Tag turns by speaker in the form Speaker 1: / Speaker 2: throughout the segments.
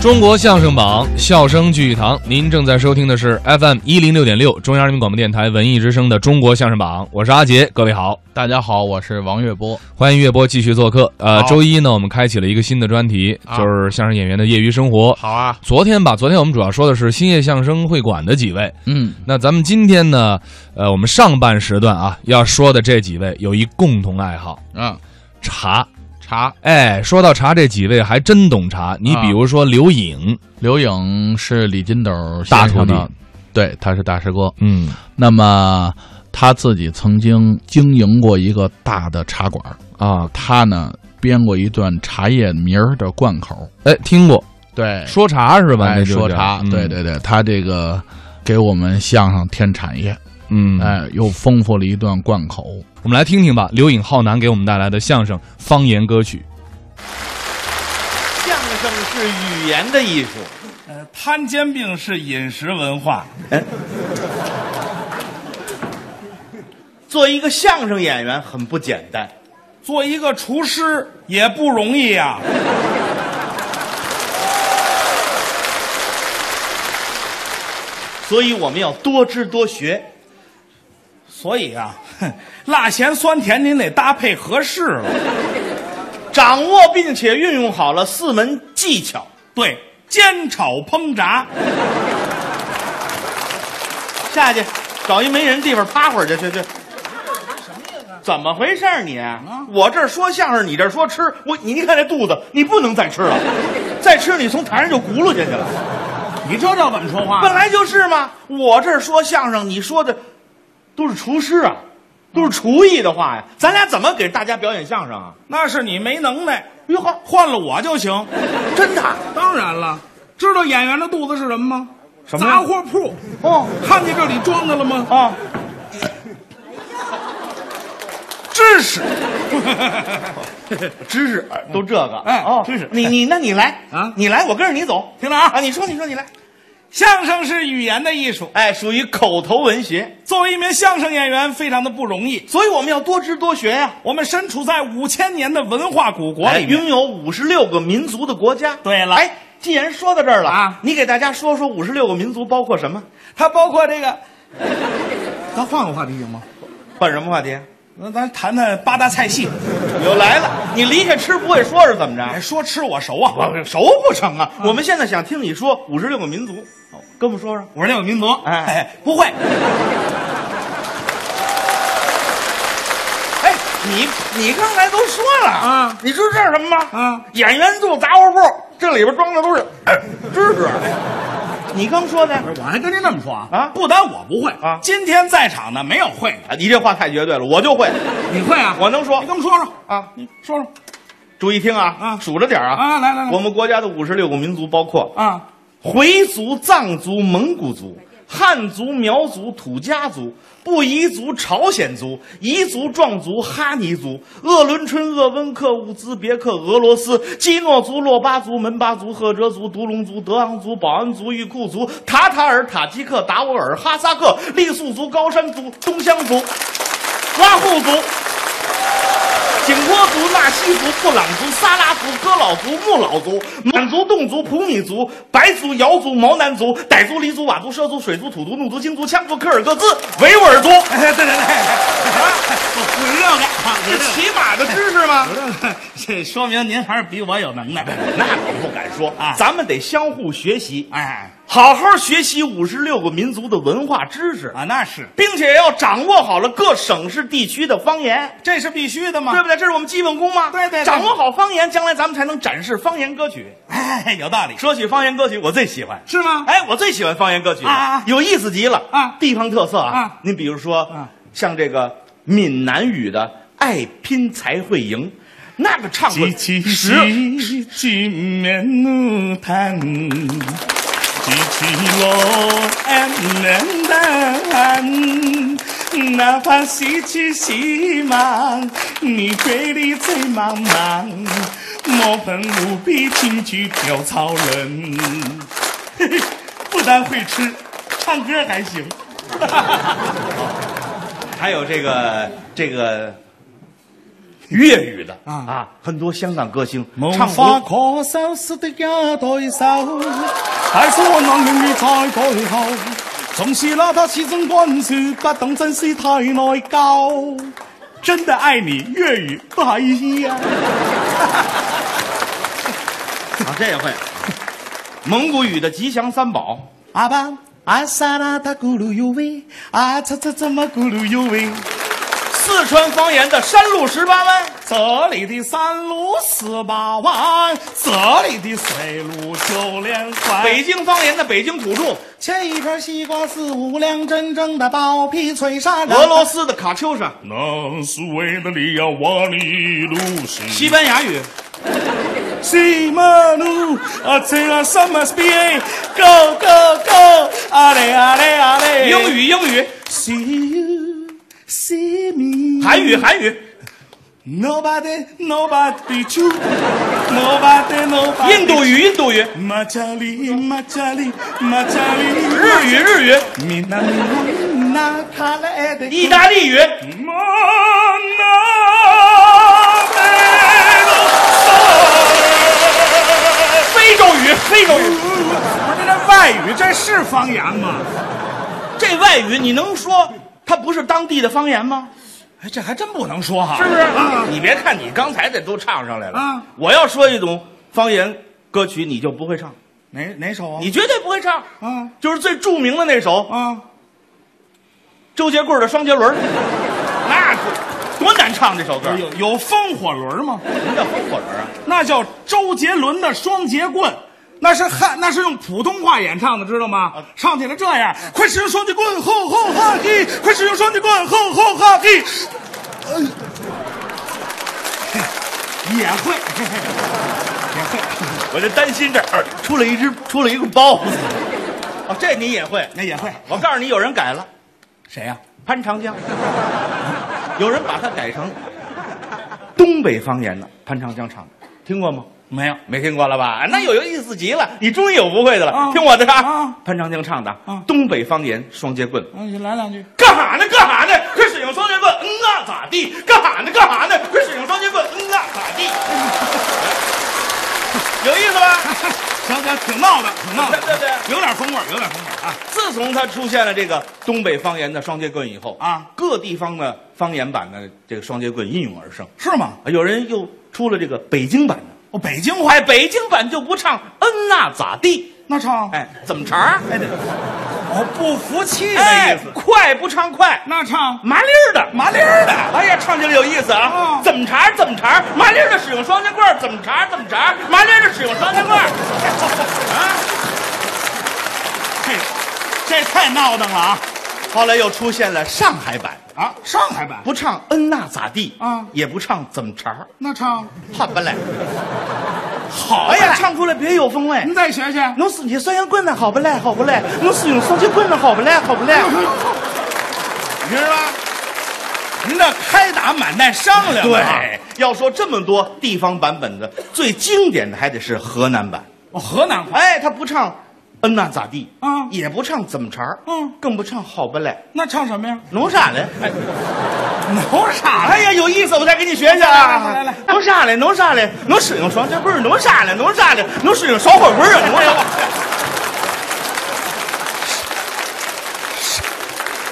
Speaker 1: 中国相声榜，笑声聚一堂。您正在收听的是 FM 一零六点六，中央人民广播电台文艺之声的《中国相声榜》，我是阿杰，各位好，
Speaker 2: 大家好，我是王月波。
Speaker 1: 欢迎月波继续做客。呃，
Speaker 2: 好
Speaker 1: 周一呢，我们开启了一个新的专题，
Speaker 2: 啊
Speaker 1: 就是相声演员的业余生活。
Speaker 2: 好啊，
Speaker 1: 昨天吧，昨天我们主要说的是兴业相声会馆的几位。
Speaker 2: 嗯，
Speaker 1: 那咱们今天呢，呃，我们上半时段啊要说的这几位有一共同爱好，
Speaker 2: 嗯，
Speaker 1: 茶。
Speaker 2: 茶
Speaker 1: 哎，说到茶，这几位还真懂茶。你
Speaker 2: 啊
Speaker 1: 比如说刘颖，
Speaker 2: 刘颖是李金斗
Speaker 1: 大
Speaker 2: 先生的
Speaker 1: 徒弟，
Speaker 2: 对，他是大师哥。
Speaker 1: 嗯，
Speaker 2: 那么他自己曾经经营过一个大的茶馆，
Speaker 1: 啊，
Speaker 2: 他呢编过一段茶叶名儿的贯口，
Speaker 1: 哎，听过
Speaker 2: 对，
Speaker 1: 说茶是嗯吧？
Speaker 2: 哎
Speaker 1: 那就
Speaker 2: 说
Speaker 1: 叫
Speaker 2: 茶，对，对对，他这个给我们相声添产业，
Speaker 1: 嗯，嗯，
Speaker 2: 哎，又丰富了一段贯口。
Speaker 1: 我们来听听吧，刘颖浩南给我们带来的相声方言歌曲。
Speaker 3: 相声是语言的艺术，
Speaker 4: 呃，摊煎饼是饮食文化，
Speaker 3: 做一个相声演员很不简单。
Speaker 4: 做一个厨师也不容易啊呀、
Speaker 3: 所以我们要多知多学。
Speaker 4: 所 以啊，哼 辣咸酸甜您得搭配合适了。
Speaker 3: 掌握并且运用好了四门技巧，
Speaker 4: 对，煎炒 烹炸，
Speaker 3: 下去找一没人地方趴会儿去去去。什么怎么回事儿你？啊我这儿说相声，你这儿说吃，我你你看这肚子，你不能再吃了，再吃你从台上就轱辘下去了。
Speaker 4: 你这叫怎么说话？
Speaker 3: 本来就是嘛，我这儿说相声，你说的都是厨师啊，都是厨艺的话呀，咱俩怎么给大家表演相声啊？
Speaker 4: 那是你没能耐，
Speaker 3: 哟呵，
Speaker 4: 换了我就行。
Speaker 3: 真的。
Speaker 4: 当然了，知道演员的肚子是什么吗？
Speaker 3: 什么呀
Speaker 4: 杂货铺。
Speaker 3: 哦
Speaker 4: 看见这里装的了吗？
Speaker 3: 啊，
Speaker 4: 知识。
Speaker 3: 知识都这个，
Speaker 4: 哎
Speaker 3: 哦，
Speaker 4: 知识
Speaker 3: 你你那你来
Speaker 4: 啊
Speaker 3: 你来，我跟着你走，
Speaker 4: 听着啊
Speaker 3: 啊，你说你说你来，
Speaker 4: 相声是语言的艺术，
Speaker 3: 哎，属于口头文学，
Speaker 4: 作为一名相声演员，非常的不容易。
Speaker 3: 所以我们要多知多学呀、
Speaker 4: 我们身处在五千年的文化古国
Speaker 3: 哎
Speaker 4: 里面，
Speaker 3: 拥有五十六个民族的国家，
Speaker 4: 对了
Speaker 3: 哎，既然说到这儿了
Speaker 4: 啊
Speaker 3: 你给大家说说五十六个民族包括什么？
Speaker 4: 它包括 这个。咱换个话题行吗？
Speaker 3: 办什么话题？啊
Speaker 4: 那咱谈谈八大菜系。
Speaker 3: 又来了，你离开吃不会说是怎么
Speaker 4: 哎，
Speaker 3: 着？
Speaker 4: 说吃我熟啊，我
Speaker 3: 熟不成啊？ 我们现在想听你说五十六个民族，哦跟我们说说。
Speaker 4: 五十六个民族。
Speaker 3: 哎
Speaker 4: 哎，不会，
Speaker 3: 哎，你你刚才都说了
Speaker 4: 啊
Speaker 3: 你知道这是什么吗？
Speaker 4: 啊，
Speaker 3: 演员做杂货铺，这里边装的都是哎知识。你刚说的，
Speaker 4: 我还跟您这么说啊
Speaker 3: 啊
Speaker 4: 不单我不会
Speaker 3: 啊
Speaker 4: 今天在场的没有会的，
Speaker 3: 啊你这话太绝对了，我就会
Speaker 4: 你会啊？
Speaker 3: 我能说
Speaker 4: 你跟我们说说
Speaker 3: 啊！
Speaker 4: 你说说
Speaker 3: 注意听啊，
Speaker 4: 啊
Speaker 3: 数着点啊
Speaker 4: 啊来来来
Speaker 3: 我们国家的五十六个民族包括
Speaker 4: 啊。
Speaker 3: 回族、藏族、蒙古族、汉族、苗族、土家族、布依族、朝鲜族、彝族、壮族、哈尼族、鄂伦春、鄂温克、乌兹别克、俄罗斯、基诺族、洛巴族、门巴族、赫哲族、独龙族、德昂族、保安族、裕库族、塔塔尔、塔吉克、达斡尔、哈萨克、傈僳族、高山族、东乡族、拉祜族。景颇族、纳西族、布朗族、撒拉族、哥老族、木老族、满族、侗族、普米族、白族、瑶族、毛南族、傣族、黎族、佤族、畲族、水族、土族、怒族、京族、羌族、柯尔克孜、维吾尔族，
Speaker 4: 哎， 对 对对，五十六个，
Speaker 3: 这起码的知识吗？
Speaker 4: 这这说明您还是比我有能耐。
Speaker 3: 那我不敢说
Speaker 4: 啊
Speaker 3: 咱们得相互学习，
Speaker 4: 哎
Speaker 3: 好好学习五十六个民族的文化知识，
Speaker 4: 啊，那是，
Speaker 3: 并且要掌握好了各省市地区的方言。
Speaker 4: 这是必须的嘛。
Speaker 3: 对不对？这是我们基本功嘛。
Speaker 4: 对对对
Speaker 3: 掌握好方言，将来咱们才能展示方言歌曲。
Speaker 4: 哎，有道理，
Speaker 3: 说起方言歌曲，我最喜欢。
Speaker 4: 是吗？
Speaker 3: 哎，我最喜欢方言歌曲了
Speaker 4: 啊啊
Speaker 3: 有意思极了
Speaker 4: 啊
Speaker 3: 地方特色啊！
Speaker 4: 啊
Speaker 3: 您比如说，
Speaker 4: 啊
Speaker 3: 像这个闽南语的“爱拼才会赢”，那个唱过
Speaker 4: 几
Speaker 3: 十
Speaker 4: 几几面怒叹，几几罗安能担，哪怕失去希望，你追里最茫茫，莫碰无比京剧跳槽人，不但会吃，唱歌还行。
Speaker 3: 还有这个这个粤语的
Speaker 4: 啊
Speaker 3: 啊，很多香港歌星
Speaker 4: 无
Speaker 3: 唱
Speaker 4: 法
Speaker 3: 过
Speaker 4: 可收拾的一對手，大叔能永遠在背後，總是拿他始終干涉，不懂珍惜太內疚。真的愛你，粵語不好意思呀、
Speaker 3: 啊，这也会。蒙古语的吉祥三宝，
Speaker 4: 阿爸，阿萨拉达咕噜呦喂，阿擦擦怎么咕噜呦喂？
Speaker 3: 四川方言的山路十八弯，
Speaker 4: 这里的山路十八弯，这里的水路九连环。
Speaker 3: 北京方言的北京土
Speaker 4: 啊
Speaker 3: 著，
Speaker 4: 切一盘西瓜四五两，真正的剥皮脆沙拉。
Speaker 3: 俄罗斯的卡秋莎，
Speaker 4: 那是为了你呀，我的路是
Speaker 3: 西班牙语，
Speaker 4: 西马路啊，这个什么 s p a go go go，啊嘞啊嘞啊嘞，
Speaker 3: 英语英语，
Speaker 4: ，see you see me，
Speaker 3: 韩语韩语，
Speaker 4: ，nobody nobody t o nobody nobody，
Speaker 3: 印度，语印度语，
Speaker 4: 马加里马加里马加里，
Speaker 3: 日语日语，
Speaker 4: 米娜米娜那卡拉埃的
Speaker 3: 意大利语，
Speaker 4: 莫那贝多。
Speaker 3: 非洲语非洲语，
Speaker 4: 不是这外语，这是方言吗？
Speaker 3: 这外语你能说它不是当地的方言吗？
Speaker 4: 哎，这还真不能说哈，
Speaker 3: 是不是？
Speaker 4: 啊，
Speaker 3: 你别看你刚才这都唱上来了，
Speaker 4: 啊
Speaker 3: 我要说一种方言歌曲，你就不会唱，
Speaker 4: 哪哪首啊？
Speaker 3: 你绝对不会唱。
Speaker 4: 啊
Speaker 3: 就是最著名的那首
Speaker 4: 啊，
Speaker 3: 周杰棍儿的《哎双杰轮》，那多多难唱这首歌，
Speaker 4: 有有风火轮吗？
Speaker 3: 什么叫风火轮啊？
Speaker 4: 那叫周杰伦的《双截棍》。那是汉，那是用普通话演唱的，知道吗？唱起来这样，快使用双截棍，吼吼哈嘿！快使用双截棍，吼吼哈嘿！哎也会，嘿嘿也会，
Speaker 3: 我就担心这儿出了一只出了一个包子。哦，这你也会？
Speaker 4: 那也会。
Speaker 3: 我告诉你，有人改了，
Speaker 4: 谁呀、
Speaker 3: 潘长江，有人把它改成东北方言的潘长江唱的，听过吗？
Speaker 4: 没有。
Speaker 3: 没听过了
Speaker 4: 嗯
Speaker 3: 吧？那有意思极了，你终于有不会的了。
Speaker 4: 啊
Speaker 3: 听我的啊
Speaker 4: 啊，
Speaker 3: 潘长江唱的
Speaker 4: 啊
Speaker 3: 东北方言双截棍。
Speaker 4: 嗯，你来两句。
Speaker 3: 干哈呢？干哈呢？快使用双截棍，嗯啊咋地？干哈呢？干哈呢？快使用双截棍，嗯啊咋 地？有意思吧？
Speaker 4: 行行，挺闹的，挺闹的，
Speaker 3: 对对对
Speaker 4: 有点风味儿，有点风味儿啊。
Speaker 3: 自从他出现了这个东北方言的双截棍以后
Speaker 4: 啊，
Speaker 3: 各地方的方言版的这个双截棍应运而生。
Speaker 4: 是吗？
Speaker 3: 啊有人又出了这个北京版的，
Speaker 4: 我哦北京话
Speaker 3: 哎，北京版就不唱嗯那咋地？
Speaker 4: 那唱，
Speaker 3: 哎，怎么茬儿？
Speaker 4: 哎，对，我不服气的
Speaker 3: 哎
Speaker 4: 意思，。
Speaker 3: 快不唱快，
Speaker 4: 那唱
Speaker 3: 麻利儿的，
Speaker 4: 麻利儿的
Speaker 3: 哎呀，唱起来有意思啊！
Speaker 4: 啊
Speaker 3: 怎么茬儿怎么茬儿，麻利儿的使用双截棍儿，怎么茬儿怎么茬儿，麻利儿的使用双截棍儿。啊
Speaker 4: 这这太闹腾了啊
Speaker 3: 后来又出现了上海版，
Speaker 4: 啊！上海版
Speaker 3: 不唱嗯那咋地
Speaker 4: 啊
Speaker 3: 也不唱怎么茬儿，
Speaker 4: 那唱
Speaker 3: 好不嘞？
Speaker 4: 好
Speaker 3: 哎呀，
Speaker 4: 呀，
Speaker 3: 唱出来别有风味
Speaker 4: 您。再学学。
Speaker 3: 侬使用双截棍呢，好不嘞？好不嘞？侬使用双截棍呢，好不嘞？好不嘞？
Speaker 4: 你知道吧？您这开打满带商量的啊
Speaker 3: 对，，要说这么多地方版本的，最经典的还得是河南版。
Speaker 4: 我哦河南话
Speaker 3: 哎，他不唱嗯那咋地
Speaker 4: 啊
Speaker 3: 也不唱怎么茬儿
Speaker 4: 嗯
Speaker 3: 更不唱好不嘞，
Speaker 4: 那唱什么呀？
Speaker 3: 弄啥嘞？哎
Speaker 4: 挠啥
Speaker 3: 哎
Speaker 4: 呀？
Speaker 3: 呀，有意思，我再给你学学啊！
Speaker 4: 来来来
Speaker 3: 弄啥嘞？弄啥嘞？弄使用双截棍儿，弄啥嘞？弄啥嘞？弄使用烧火棍儿啊！弄啥嘞？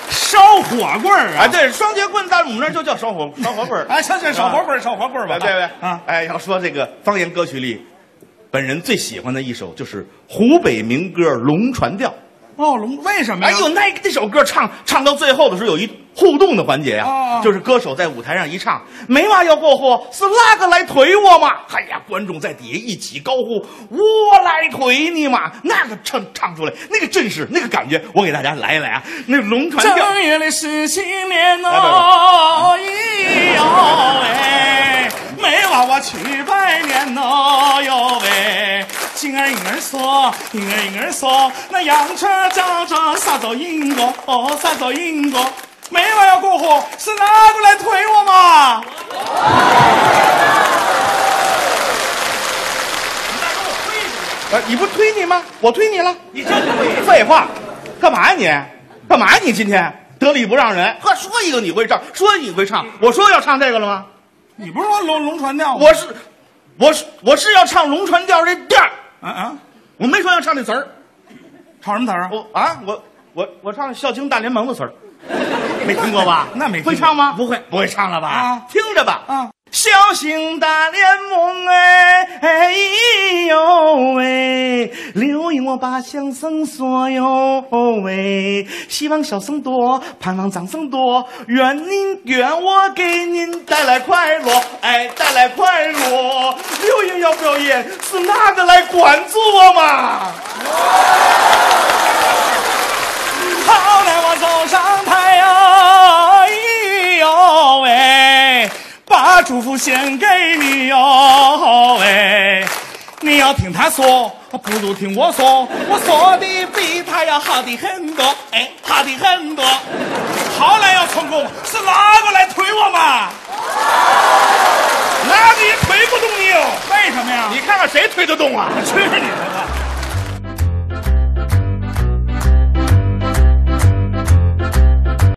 Speaker 4: 烧火棍儿
Speaker 3: 啊，
Speaker 4: 啊！
Speaker 3: 对，双截棍在我们那儿就叫烧 火烧火棍儿。
Speaker 4: 哎，行行，烧火棍儿，烧火棍儿吧。
Speaker 3: 哎，对对
Speaker 4: 啊，
Speaker 3: 哎，要说这个方言歌曲里，本人最喜欢的一首就是湖北民歌《龙船调》。
Speaker 4: 哦，龙为什么
Speaker 3: 哎
Speaker 4: 呀？
Speaker 3: 呦，那那首歌唱唱到最后的时候，有一互动的环节呀、
Speaker 4: 哦哦
Speaker 3: 就是歌手在舞台上一唱，没嘛要过火，是哪个来推我嘛？哎呀，观众在底下一起高呼我来推你嘛！那个唱唱出来，那个阵势，那个感觉，我给大家来一来啊，那个龙船调。
Speaker 4: 正月里十七年哦，咿哟喂，没娃娃去拜年哦哟喂，金儿银儿说，银儿银儿说，那洋车驾着啥走英国哦，啥走英国，没娃要过火，是哪个来推我嘛？
Speaker 3: 呃，你不推你吗？我推你了，你真推？废话，干嘛呀你？干嘛呀你今天得理不让人？呵，说一个你会唱，说一个你会唱，我说要唱这个了吗？
Speaker 4: 你不是说龙龙船调吗？
Speaker 3: 我是，我是我是要唱龙船调这调儿
Speaker 4: 啊啊，
Speaker 3: 我没说要唱那词儿。
Speaker 4: 唱什么词儿啊？
Speaker 3: 我啊，我我我唱《孝经大联盟》的 词儿，没听过吧？
Speaker 4: 那没听过
Speaker 3: 会唱吗？
Speaker 4: 不会
Speaker 3: 不会唱了吧？
Speaker 4: 啊
Speaker 3: 听着吧。
Speaker 4: 啊，
Speaker 3: 孝行大联盟，哎哎呦喂，留意我把相声说哟喂，希望小声多，盼望掌声多，愿您愿我给您带来快乐，哎，带来快乐。六爷要表演，是那个来管住我嘛？
Speaker 4: 好来我走上台呀、哎呦喂，把祝福献给你哟、喂，你要听他说，不如听我说，我说的比他要好的很多，哎，好的很多。好来要成功，是哪个来推我嘛？哪个也推不动你哦？为什么呀？
Speaker 3: 你看看谁推得动啊？
Speaker 4: 去你的吧！